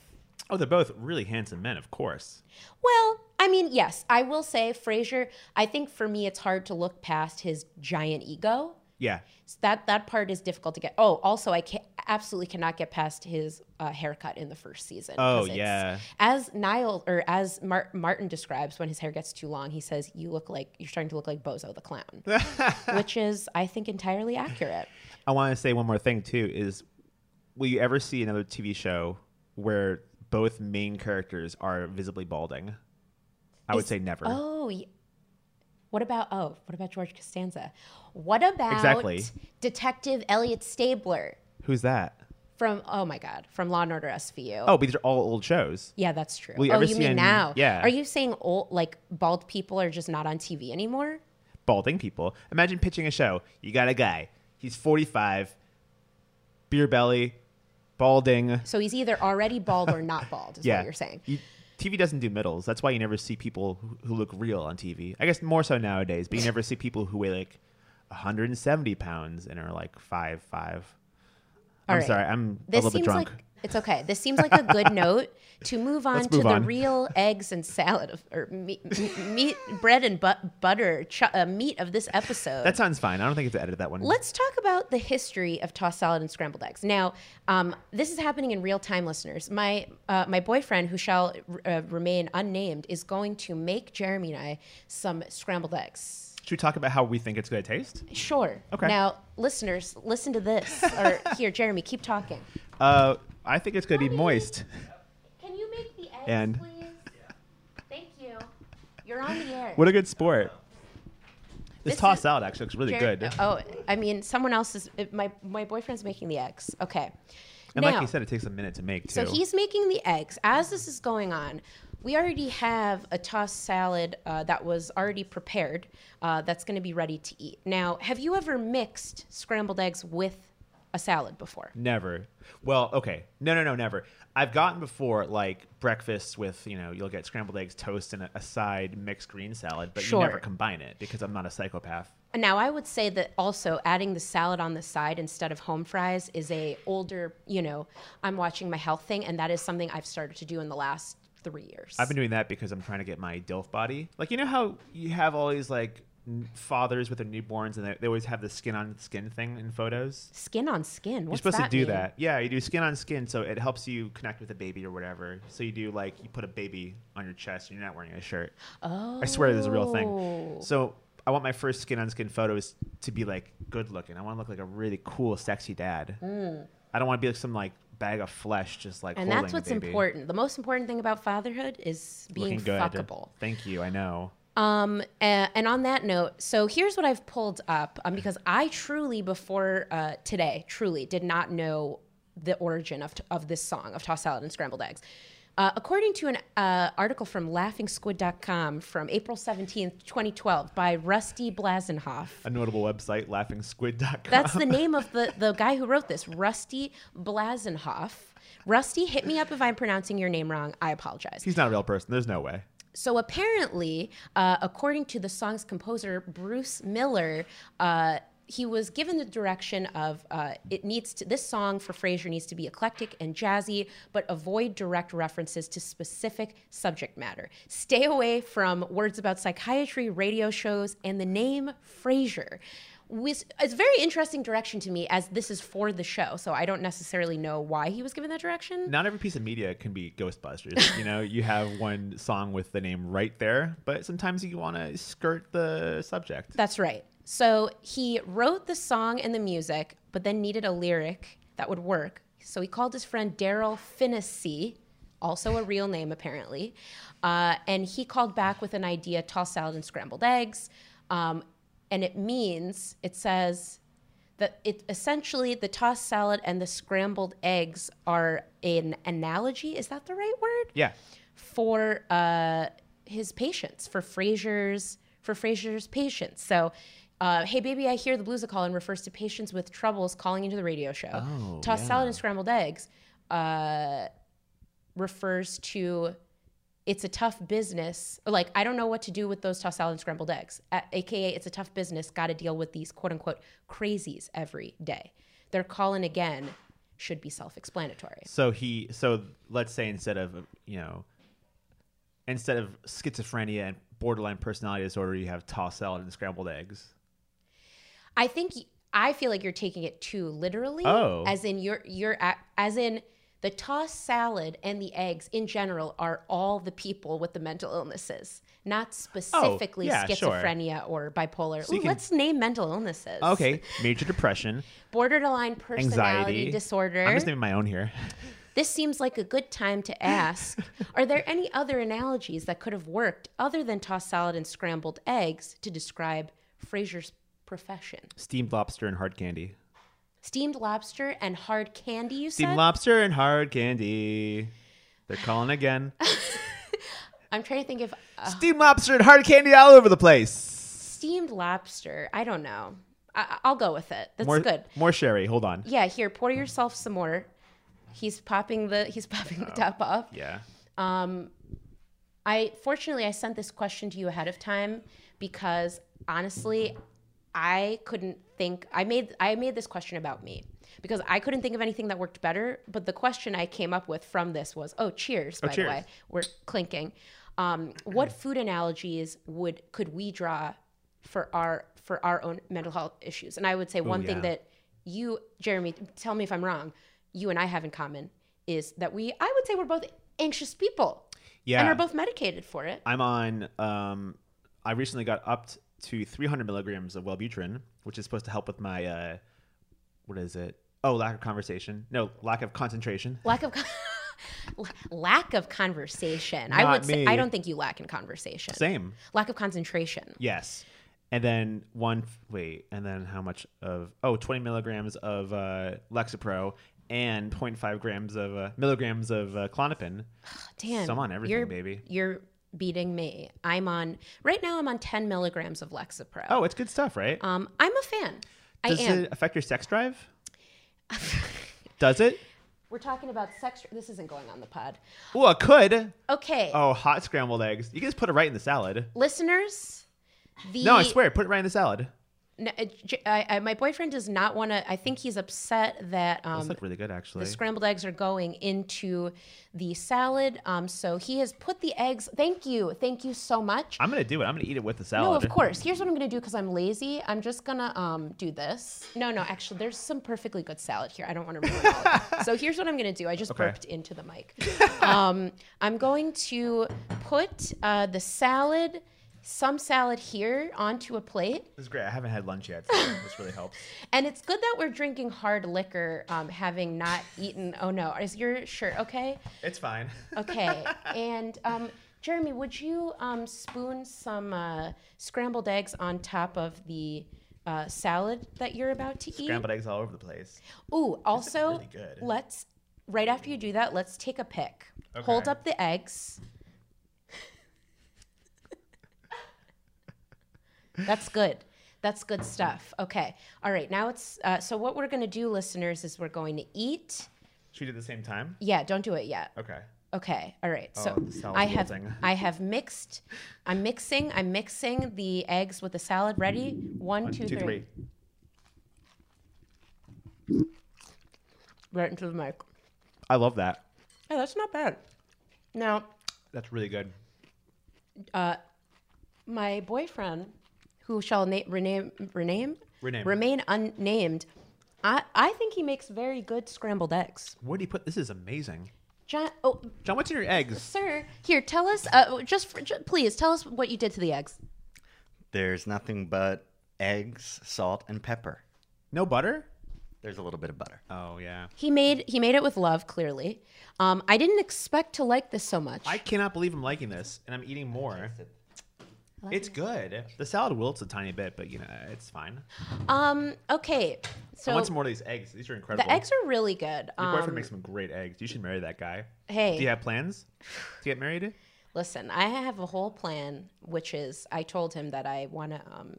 Oh, they're both really handsome men, of course.
Well, I mean, yes, I will say Frasier, I think for me it's hard to look past his giant ego.
Yeah.
So that that part is difficult to get. Oh, also I can absolutely cannot get past his uh, haircut in the first season. 'cause
Oh,
it's-
yeah.
As Niall or as Mar- Martin describes, when his hair gets too long, he says, "You look like you're starting to look like Bozo the Clown," which is, I think, entirely accurate.
I want to say one more thing too is will you ever see another TV show where both main characters are visibly balding? I would
Is-
say never.
Oh, y- what about oh, what about George Costanza? What about
Exactly.
Detective Elliot Stabler
Who's that?
from Oh my God, from Law and Order SVU?
Oh, but these are all old shows.
Yeah, that's true.
Will you
oh,
ever
you
see
mean
an-
now?
yeah.
Are you saying old, like bald people are just not on TV anymore?
Balding people. Imagine pitching a show. You got a guy. He's 45, beer belly, balding.
So he's either already bald or not bald, is
yeah.
what you're saying.
You- TV doesn't do middles. That's why you never see people who- who look real on TV. I guess more so nowadays, but you never see people who weigh like 170 pounds and are like five five.
All
I'm
right.
sorry, I'm a
This
little bit
seems
drunk.
like it's okay. This seems like a good note to move on
Let's
to
move
the
on.
real eggs and salad of, or meat, meat, bread and but, butter, ch- uh, meat of this episode.
that sounds fine. I don't think it's edited that one.
Let's talk about the history of tossed salad and scrambled eggs. Now, um, this is happening in real time, listeners. My uh, my boyfriend, who shall uh, remain unnamed, is going to make Jeremy and I some scrambled eggs.
Should we talk about how we think it's going to taste?
Sure.
Okay.
Now, listeners, listen to this. or here, Jeremy, keep talking.
Uh, I think it's going to be moist.
Can you make the eggs,
And-
please? Thank you. You're on the air.
What a good sport. This,
This
toss
is-
out actually looks really
Jer-
good.
Oh, I mean, someone else is. My my boyfriend's making the eggs. Okay.
and
now,
like you said, it takes a minute to make
So
too.
he's making the eggs. As this is going on, we already have a tossed salad uh, that was already prepared uh, that's going to be ready to eat. Now, have you ever mixed scrambled eggs with a salad before?
Never. Well, okay. No, no, no, never. I've gotten before like breakfasts with, you know, you'll get scrambled eggs, toast, and a, a side mixed green salad, but
Sure.
you never combine it because I'm not a psychopath.
Now, I would say that also adding the salad on the side instead of home fries is a older, you know, I'm watching my health thing, and that is something I've started to do in the last three years.
I've been doing that because I'm trying to get my DILF body. Like, you know how you have all these like n- fathers with their newborns and they, they always have the skin on skin thing in photos?
skin on skin.
You're
What's
supposed
that
to do
mean?
that. Yeah, you do skin on skin, so it helps you connect with a baby or whatever. So you do like you put a baby on your chest and you're not wearing a shirt.
Oh,
I swear this is a real thing. So I want my first skin on skin photos to be like good looking. I want to look like a really cool, sexy dad. I don't want to be like some like bag of flesh just like
Hmm. And
holding
that's
a
what's
baby.
important. The most important thing about fatherhood is being
Looking good.
fuckable.
Thank you. I know.
Um, a- and on that note, so here's what I've pulled up um, because I truly, before uh, today, truly did not know the origin of, of this song of tossed salad and scrambled eggs. Uh, according to an uh, article from LaughingSquid.com from April 17th, 2012, by Rusty Blasenhoff.
A notable website, LaughingSquid.com.
That's the name of the, the guy who wrote this, Rusty Blasenhoff. Rusty, hit me up if I'm pronouncing your name wrong. I apologize.
He's not a real person. There's no way.
So apparently, uh, according to the song's composer, Bruce Miller, uh, he was given the direction of uh, it needs to this song for Frasier needs to be eclectic and jazzy, but avoid direct references to specific subject matter. Stay away from words about psychiatry, radio shows, and the name Frasier. Was, it's a very interesting direction to me as this is for the show, so I don't necessarily know why he was given that direction.
Not every piece of media can be Ghostbusters. you know, you have one song with the name right there, but sometimes you want to skirt the subject.
That's right. So he wrote the song and the music, but then needed a lyric that would work. So he called his friend Daryl Finnessy, also a real name apparently, uh, and he called back with an idea: tossed salad and scrambled eggs. Um, and it means it says that it essentially the tossed salad and the scrambled eggs are an analogy. Is that the right word?
yeah.
for uh, his patients, for Fraser's for Fraser's patients. So, uh, hey baby, I hear the blues a call and refers to patients with troubles calling into the radio show.
Oh,
Tossed salad
yeah.
and scrambled eggs uh, refers to it's a tough business. Or like I don't know what to do with those tossed salad and scrambled eggs. A- AKA, it's a tough business. Got to deal with these quote unquote crazies every day. They're calling again. Should be self-explanatory.
So he, so let's say instead of you know, instead of schizophrenia and borderline personality disorder, you have tossed salad and scrambled eggs.
I think y- I feel like you're taking it too literally.
Oh.
as in you're you're a as in the tossed salad and the eggs in general are all the people with the mental illnesses, not specifically
Oh, yeah, sure.
schizophrenia or bipolar.
you
Ooh,
can-
let's name mental illnesses.
Okay, major depression,
borderline personality
anxiety,
disorder.
I'm just naming my own here.
This seems like a good time to ask Are there any other analogies that could have worked other than tossed salad and scrambled eggs to describe Fraser's profession?
Steamed lobster and hard candy.
Steamed lobster and hard candy, you
Steamed
said?
lobster and hard candy. They're calling again.
I'm trying to think if uh,
Steamed lobster and hard candy all over the place.
steamed lobster. I don't know. I- I'll go with it. That's
more,
good.
More sherry. Hold on.
Yeah, here, pour yourself some more. He's popping the he's popping
Oh.
the top off.
Yeah.
I fortunately I sent this question to you ahead of time because honestly, I couldn't think I made I made this question about me because I couldn't think of anything that worked better. But the question I came up with from this was, oh, cheers! By
cheers.
the way, we're clinking. Um, what food analogies would could we draw for our for our own mental health issues? And I would say one
yeah.
thing that you, Jeremy, tell me if I'm wrong. You and I have in common is that we I would say we're both anxious people
Yeah.
and are both medicated for it.
I'm on. Um, I recently got upped to 300 milligrams of Wellbutrin, which is supposed to help with my uh, what is it? Oh, lack of conversation. No, lack of concentration.
Lack of con- lack of conversation. I
Not
would say
me.
I don't think you lack in conversation.
Same.
Lack of concentration.
Yes. And then one. Wait. And then how much of? Oh, 20 milligrams of uh, Lexapro and 0.5 grams of uh, milligrams of uh, Clonopin.
Damn.
So I'm on everything,
you're,
baby.
You're beating me. I'm on right now I'm on 10 milligrams of Lexapro.
Oh, it's good stuff, right?
Um I'm a fan. I
Does
am.
it affect your sex drive? Does it?
We're talking about sex this isn't going on the pod.
Well, it could.
Okay.
Oh, hot scrambled eggs. You can just put it right in the salad.
Listeners, the
No, I swear, put it right in the salad.
N- uh, J- I- I- my boyfriend does not want to. I think he's upset that
Those
um,
look really good, actually.
the scrambled eggs are going into the salad. Um, so he has put the eggs. Thank you. Thank you so much.
I'm gonna do it. I'm gonna eat it with the salad.
no, of course. Here's what I'm going to do because I'm lazy. I'm just going to um, do this. No, no, actually, there's some perfectly good salad here. I don't want to ruin all of it. So here's what I'm going to do. I just burped into the mic. um, I'm going to put uh, the salad, some salad here onto a plate.
This is great. I haven't had lunch yet, so this really helps.
And it's good that we're drinking hard liquor, um, having not eaten. Oh no, is your shirt okay?
It's fine.
Okay. and um, Jeremy, would you um, spoon some uh, scrambled eggs on top of the uh, salad that you're about to eat.
Scrambled eggs all over the place.
Ooh, also,
really good.
let's right after you do that, let's take a pic. Hold
Okay.
up the eggs. That's good. That's good stuff. Okay. All right. Now it's uh, so what we're going to do, listeners, is we're going to eat.
Should we do it at the same time?
Yeah, don't do it yet.
Okay.
Okay. All right. So
Oh, the salad's
I have
wilting.
I have mixed. I'm mixing. I'm mixing the eggs with the salad. Ready? One,
One,
two, three. Right into the mic.
I love that.
Oh, that's not bad. Now,
That's really good.
my boyfriend, who shall na- rename, rename,
Rename.
remain unnamed, I, I think he makes very good scrambled eggs.
What do you put? This is amazing.
John, oh,
John, what's in your eggs?
sir, here, tell us, uh, just, for, ju- please tell us what you did to the eggs.
There's nothing but eggs, salt, and pepper.
No butter?
There's a little bit of butter.
Oh yeah.
He made he made it with love, clearly. Um, I didn't expect to like this so much.
I cannot believe I'm liking this, and I'm eating more. It's good. The salad wilts a tiny bit, but you know it's fine.
um, okay, so
I want some more of these eggs. These are incredible.
the eggs are really good.
Your
Um,
boyfriend makes some great eggs. You should marry that guy.
hey,
Do you have plans to get married?
Listen, I have a whole plan, which is I told him that I want to um,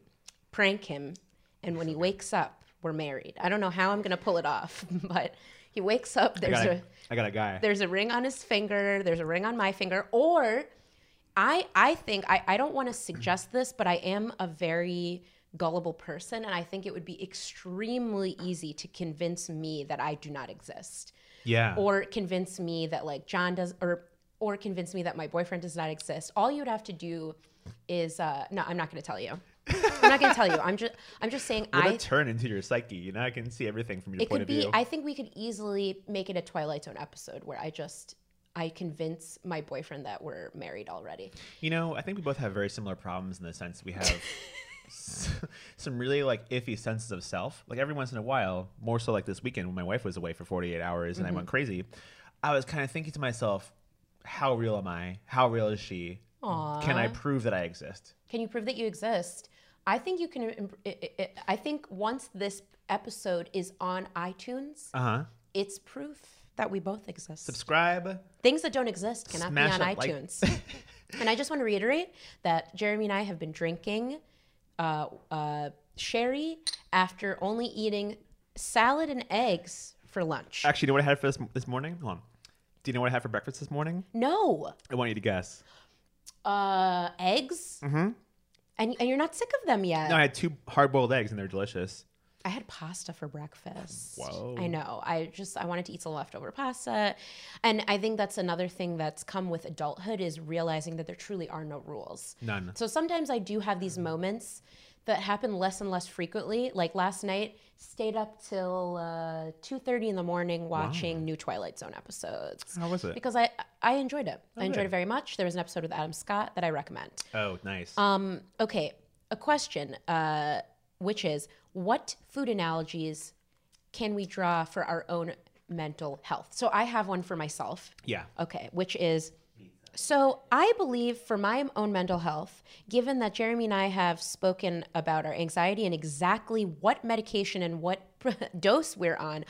prank him, and when he wakes up, we're married. I don't know how I'm gonna pull it off, but he wakes up.
I
There's
got a,
a
I got a guy.
there's a ring on his finger. There's a ring on my finger. Or I I think I I don't want to suggest this, but I am a very gullible person, and I think it would be extremely easy to convince me that I do not exist
Yeah.
or convince me that like John does or or convince me that my boyfriend does not exist. All you would have to do is uh no, I'm not going to tell you. I'm not going to tell you. I'm just I'm just saying
what a
I
turn into your psyche. You know, I can see everything from your
it
point
could
of
be
view.
I think we could easily make it a Twilight Zone episode where I just I convince my boyfriend that we're married already.
You know, I think we both have very similar problems in the sense we have s- some really like iffy senses of self. Like every once in a while, more so like this weekend when my wife was away for 48 hours and I went crazy, I was kind of thinking to myself, how real am I? How real is she? Can I prove that I exist?
Can you prove that you exist? I think you can im- i- i- I think once this episode is on iTunes,
Uh huh.
it's proof that we both exist.
Subscribe.
things that don't exist cannot
Smash
be on
that like-
iTunes. and I just want to reiterate that Jeremy and I have been drinking uh, uh, sherry after only eating salad and eggs for lunch.
Actually, you know what I had for this, this morning? Hold on. Do you know what I had for breakfast this morning?
no,
I want you to guess.
uh, eggs. Mm-hmm. And, and you're not sick of them yet.
No, I had two hard boiled eggs and they're delicious.
I had pasta for breakfast.
Whoa.
I know. I just I wanted to eat some leftover pasta. And I think that's another thing that's come with adulthood is realizing that there truly are no rules.
None.
So sometimes I do have these moments that happen less and less frequently. Like last night, stayed up till uh, two thirty in the morning watching new Twilight Zone episodes.
How was it? Oh,
Because I I enjoyed it. I enjoyed
good.
it very much. There was an episode with Adam Scott that I recommend.
Oh, nice.
Um, okay, a question, uh, which is what food analogies can we draw for our own mental health? So I have one for myself.
yeah.
Okay, which is so I believe for my own mental health, given that Jeremy and I have spoken about our anxiety and exactly what medication and what dose we're on,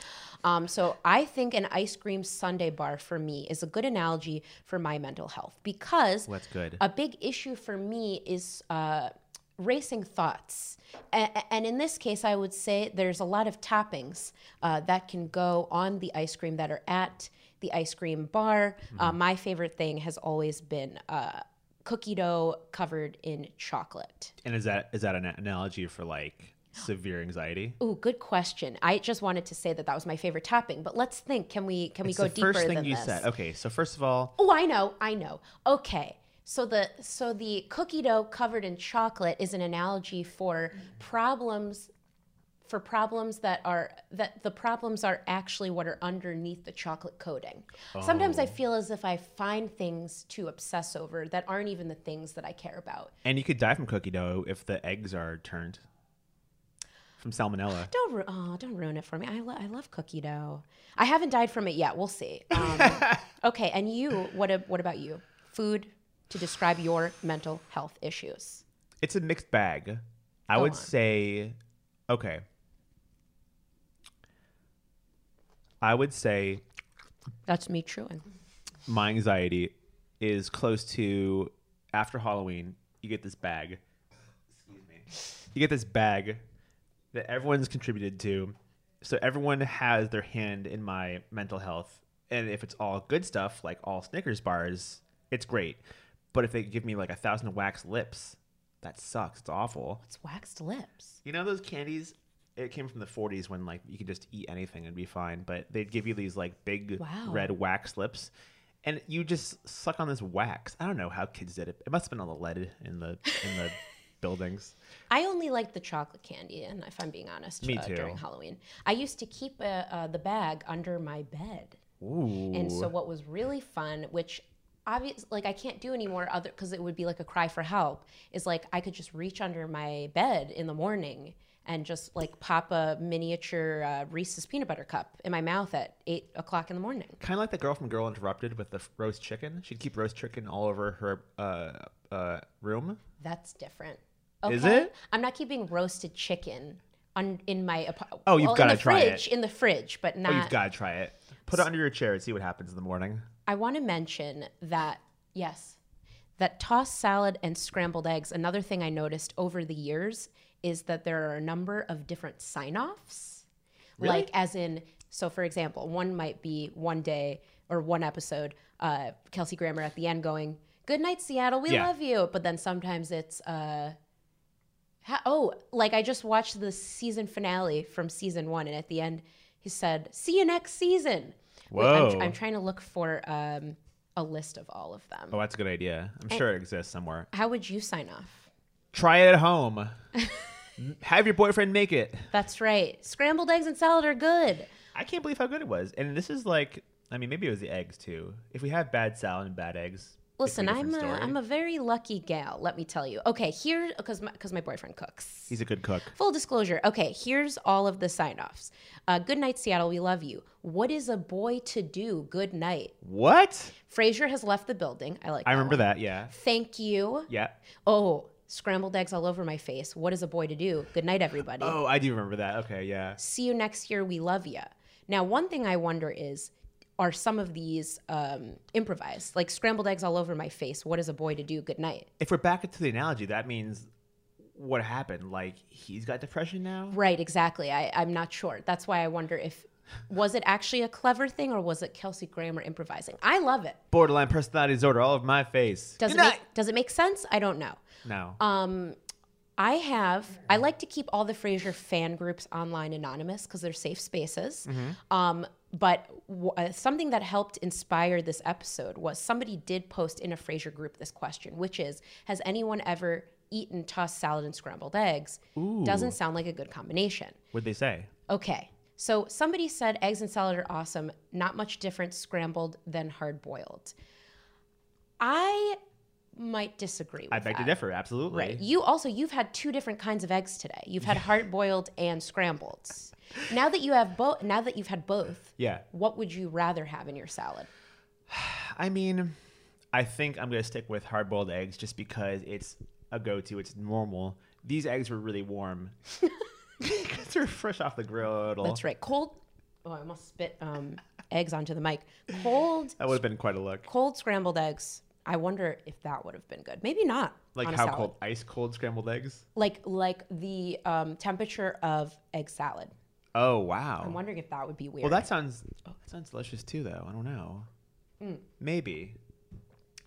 um, so I think an ice cream sundae bar for me is a good analogy for my mental health because
Well, that's good.
a big issue for me is uh, racing thoughts. A- a- and in this case, I would say there's a lot of toppings uh, that can go on the ice cream that are at the ice cream bar.
Mm-hmm.
Uh, my favorite thing has always been uh, cookie dough covered in chocolate.
And is that is that an analogy for like severe anxiety?
Ooh, good question. I just wanted to say that that was my favorite topping, but let's think. Can we can we
It's
go
the
deeper
first thing
than
you
this?
said. Okay, so first of all,
Oh, I know, I know. Okay. So the so the cookie dough covered in chocolate is an analogy for problems for problems that are that the problems are actually what are underneath the chocolate coating. Sometimes I feel as if I find things to obsess over that aren't even the things that I care about.
and you could die from cookie dough if the eggs are turned from salmonella.
Don't ru- oh, don't ruin it for me. I, lo- I love cookie dough. I haven't died from it yet. We'll see. Um, okay, and you? What a- what about you? Food to describe your mental health issues.
It's a mixed bag. I would
on.
say Okay. I would say
That's me chewing.
my anxiety is close to after Halloween, you get this bag. Excuse me. You get this bag that everyone's contributed to. So everyone has their hand in my mental health. And if it's all good stuff, like all Snickers bars, it's great. But if they give me like a thousand wax lips, that sucks. It's awful.
It's waxed lips.
You know those candies? It came from the 40s when like you could just eat anything and be fine, but they'd give you these like big
Wow.
red wax lips, and you just suck on this wax. I don't know how kids did it. It must have been all the lead in the in the buildings.
I only like the chocolate candy, and if I'm being honest,
Me
uh,
too.
during Halloween, I used to keep uh, uh, the bag under my bed.
Ooh.
And so what was really fun, which obvious like I can't do anymore other because it would be like a cry for help, is like I could just reach under my bed in the morning and just like pop a miniature uh, Reese's peanut butter cup in my mouth at eight o'clock in the morning.
kind of like that girl from Girl Interrupted with the f- roast chicken. She'd keep roast chicken all over her uh, uh, room.
That's different.
Is it?
I'm not keeping roasted chicken on in my apartment.
Oh, you've
in
gotta
the
try it.
fridge, In the fridge, but not.
oh, you've got to try it. Put it under your chair and see what happens in the morning.
I want to mention that yes, that tossed salad and scrambled eggs. Another thing I noticed over the years is that there are a number of different sign-offs.
Really?
Like as in, so for example, one might be one day or one episode, uh, Kelsey Grammer at the end going, "Good night, Seattle, we
Yeah.
love you," but then sometimes it's. Uh, ha- Oh, like I just watched the season finale from season one, and at the end, he said, "See you next season." Wait, I'm,
Whoa.
I'm trying to look for um, a list of all of them.
Oh, that's a good idea. I'm sure it exists somewhere.
How would you sign off?
Try it at home. Have your boyfriend make it.
That's right. Scrambled eggs and salad are good.
I can't believe how good it was. And this is like, I mean, maybe it was the eggs too. If we have bad salad and bad eggs,
Listen,
different
I'm a,
story.
I'm a very lucky gal, let me tell you. Okay, here, because my, 'cause my boyfriend cooks.
he's a good cook.
Full disclosure. Okay, here's all of the sign offs. Uh, good night, Seattle. We love you. What is a boy to do? Good night.
What?
Frazier has left the building. I like
I remember
one.
that. Yeah.
Thank you.
Yeah.
Oh, scrambled eggs all over my face. What is a boy to do? Good night, everybody.
Oh, I do remember that. Okay. Yeah.
see you next year we love you now one thing i wonder is are some of these um, improvised like scrambled eggs all over my face what is a boy to do good night
If we're back into the analogy, that means what happened? Like, he's got depression now?
right exactly I, i'm not sure that's why i wonder if was it actually a clever thing or was it kelsey grammer improvising i love it
Borderline personality disorder all over my face.
does
Good
it Um,
night.
make, does it make sense i don't know
No.
I have. I like to keep all the Frasier fan groups online anonymous because they're safe spaces. Um, but w- uh, something that helped inspire this episode was somebody did post in a Frasier group this question, which is, "Has anyone ever eaten tossed salad and scrambled eggs?" Doesn't sound like a good combination.
What'd they say?
Okay. So somebody said eggs and salad are awesome, not much different scrambled than hard boiled. I might disagree with
I beg to
that.
differ. Absolutely.
uh, Right. You also you've had two different kinds of eggs today. You've had hard boiled and scrambled. Now that you have both, now that you've had both,
Yeah.
what would you rather have in your salad?
I mean, I think I'm gonna stick with hard boiled eggs just because it's a go to. It's normal. These eggs were really warm. 'Cause they're fresh off the grill.
That's right. Cold. Oh, I almost spit um, eggs onto the mic. Cold,
That would have been quite a look.
cold scrambled eggs. I wonder if that would have been good. Maybe not.
Like
on a
how
salad.
cold? Ice cold scrambled eggs.
Like like the um, temperature of egg salad.
Oh wow.
I'm wondering if that would be weird.
well, that sounds oh, that sounds delicious too, though. I don't know.
Mm.
Maybe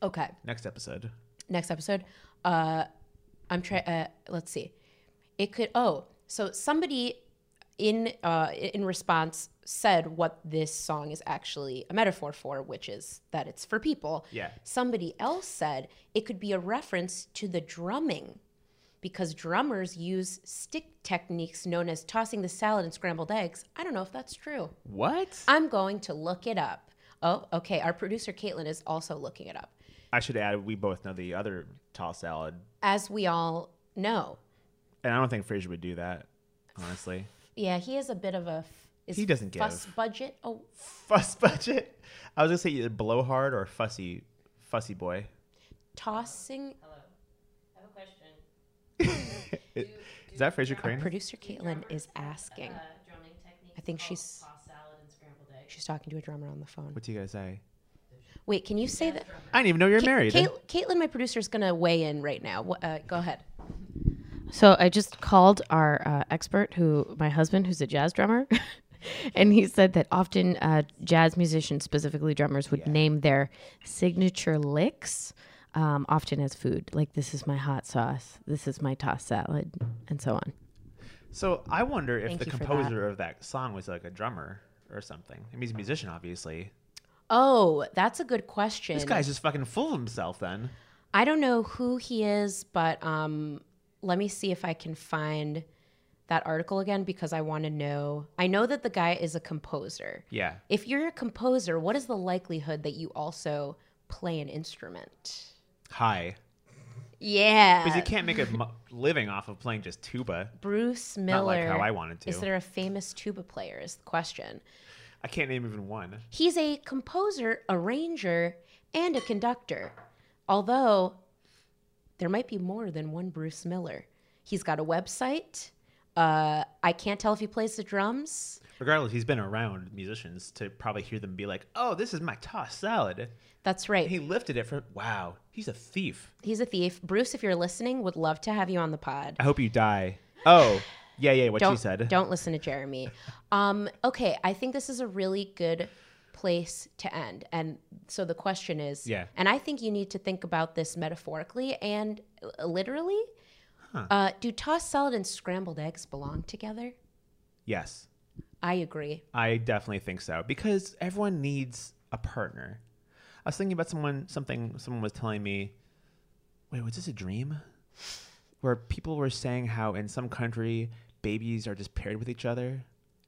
okay.
next episode.
next episode. Uh, I'm trying. Uh, let's see. It could. Oh, so somebody in uh, in response said what this song is actually a metaphor for, which is that it's for people.
Yeah.
Somebody else said it could be a reference to the drumming. Because drummers use stick techniques known as tossing the salad and scrambled eggs. I don't know if that's true.
What?
I'm going to look it up. Oh, okay. Our producer, Caitlin, is also looking it up.
I should add, we both know the other toss salad,
As we all know,
and I don't think Fraser would do that. Honestly,
Yeah, he is a bit of a. f- Is
He doesn't
fuss
give.
budget. Oh,
fuss budget. I was gonna say either blowhard or fussy, fussy boy.
tossing.
Hello. I have a question.
It- Is that Fraser Crane?
Producer Caitlin is asking. I think she's she's talking to a drummer on the phone.
What do you guys say?
Wait, can you say that?
I didn't even know you were
Ca-
married.
Cait- Caitlin, my producer, is gonna weigh in right now. Wh- Uh, go ahead.
So I just called our uh, expert, who my husband, who's a jazz drummer, and he said that often uh, jazz musicians, specifically drummers, would name their signature licks um, often as food. Like this is my hot sauce, this is my tossed salad, and so on.
So I wonder if
Thank
the
you for that.
composer of that song was like a drummer or something. I mean, he's a musician, obviously.
Oh, that's a good question.
This guy's just fucking full of himself. Then
I don't know who he is, but um, let me see if I can find that article again because I want to know. I know that the guy is a composer.
yeah,
If you're a composer, what is the likelihood that you also play an instrument?
hi. Because
Yeah.
you can't make a mu- living off of playing just tuba.
Bruce Miller.
Not like how I wanted to.
Is there a famous tuba player? Is the question.
I can't name even one.
He's a composer, arranger, and a conductor. Although there might be more than one Bruce Miller. He's got a website. Uh, I can't tell if he plays the drums.
Regardless, he's been around musicians to probably hear them be like, "Oh, this is my tossed salad."
That's
And
right.
he lifted it for. Wow, he's a thief.
He's a thief. Bruce, if you're listening, would love to have you on the pod.
I hope you die. Oh, yeah, yeah. What
Don't
she said.
don't listen to Jeremy. Um, okay, I think this is a really good place to end. And so the question is,
Yeah.
And I think you need to think about this metaphorically and uh, literally. Uh, do tossed salad and scrambled eggs belong together?
Yes,
I agree.
I definitely think so because everyone needs a partner. I was thinking about someone. Something someone was telling me. Wait, was this a dream? Where people were saying how in some country babies are just paired with each other.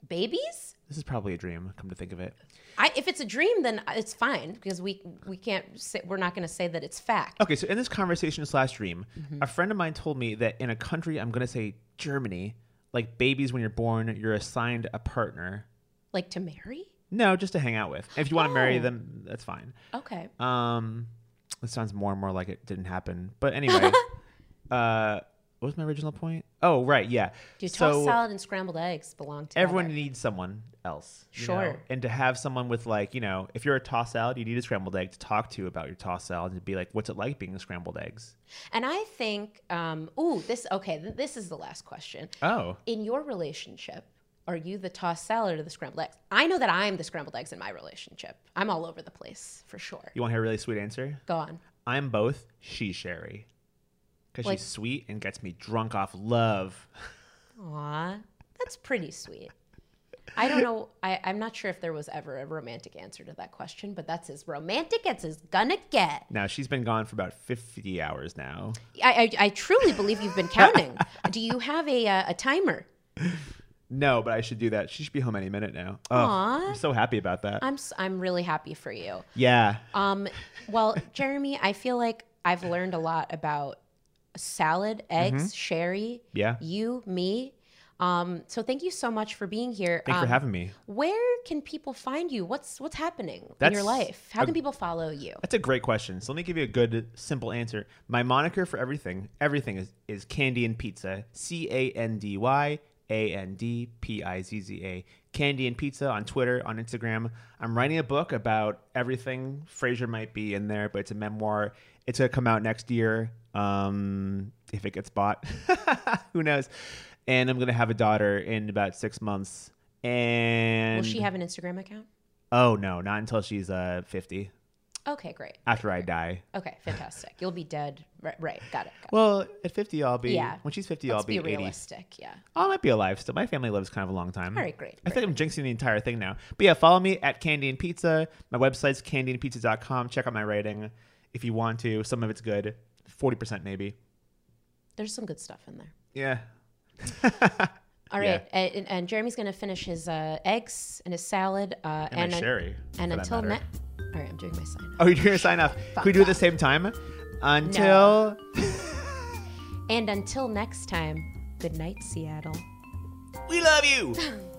Babies?
This is probably a dream. Come to think of it.
I, if it's a dream, then it's fine because we we can't say, we're not going to say that it's fact.
Okay, so in this conversation slash dream,
Mm-hmm.
a friend of mine told me that in a country, I'm gonna say Germany, like babies when you're born, you're assigned a partner.
Like to marry?
No, just to hang out with. If you want to marry
Oh.
them, that's fine.
Okay.
Um, this sounds more and more like it didn't happen. But anyway, uh, what was my original point? Oh, right, yeah.
Do tossed
so
salad and scrambled eggs belong together?
everyone needs someone else. you know?
Sure.
And to have someone with like, you know, if you're a toss salad, you need a scrambled egg to talk to about your toss salad and be like, what's it like being scrambled eggs?
And I think, um, ooh, this okay. Th- this is the last question.
Oh.
In your relationship, are you the tossed salad or the scrambled eggs? I know that I'm the scrambled eggs in my relationship. I'm all over the place for sure.
You want to hear a really sweet answer?
Go on.
I'm both. She's Sherry. Because
Like-
she's sweet and gets me drunk off love.
Aw, that's pretty sweet. I don't know. I, I'm not sure if there was ever a romantic answer to that question, but that's as romantic as it's gonna get.
Now, she's been gone for about 50 hours now.
I, I, I truly believe you've been counting. Do you have a, uh, a timer?
No, but I should do that. She should be home any minute now. Oh,
Aw.
I'm so happy about that.
I'm s- I'm really happy for you.
yeah.
Um, well, Jeremy, I feel like I've learned a lot about salad, eggs, sherry,
Mm-hmm. Yeah.
you, me. Um, so thank you so much for being here.
Thanks
um,
for having me.
Where can people find you? What's what's happening in your
That's
life? How
a-
can people follow you?
That's a great question. So let me give you a good, simple answer. My moniker for everything, everything is, is Candy and Pizza. C A N D Y A N D P I Z Z A. Candy and Pizza on Twitter, on Instagram. I'm writing a book about everything. Frasier might be in there, but it's a memoir. It's going to come out next year um, if it gets bought. Who knows? And I'm going to have a daughter in about six months. And
Will she have an Instagram account?
Oh no, not until she's uh 50.
Okay, great.
After I die.
Okay, fantastic. You'll be dead. Right, right got it. Got it.
Well, at 50, I'll be.
Yeah.
When she's 50, I'll
Let's
be,
be
80.
realistic. Yeah.
I might be alive still. My family lives kind of a long time.
All right, great,
I think I'm jinxing the entire thing now. But yeah, follow me at Candy and Pizza. My website's candyandpizza.com. Check out my writing if you want to. Some of it's good, 40% maybe.
There's some good stuff in there.
Yeah.
All
Yeah.
right, and, and Jeremy's gonna finish his uh, eggs and his salad. Uh,
And, my Sherry.
And
for that
until
matter.
next, all right, I'm doing my sign.
Oh, you're going to sign off. Could we do it at the same time? Until.
And until next time, good night, Seattle.
We love you.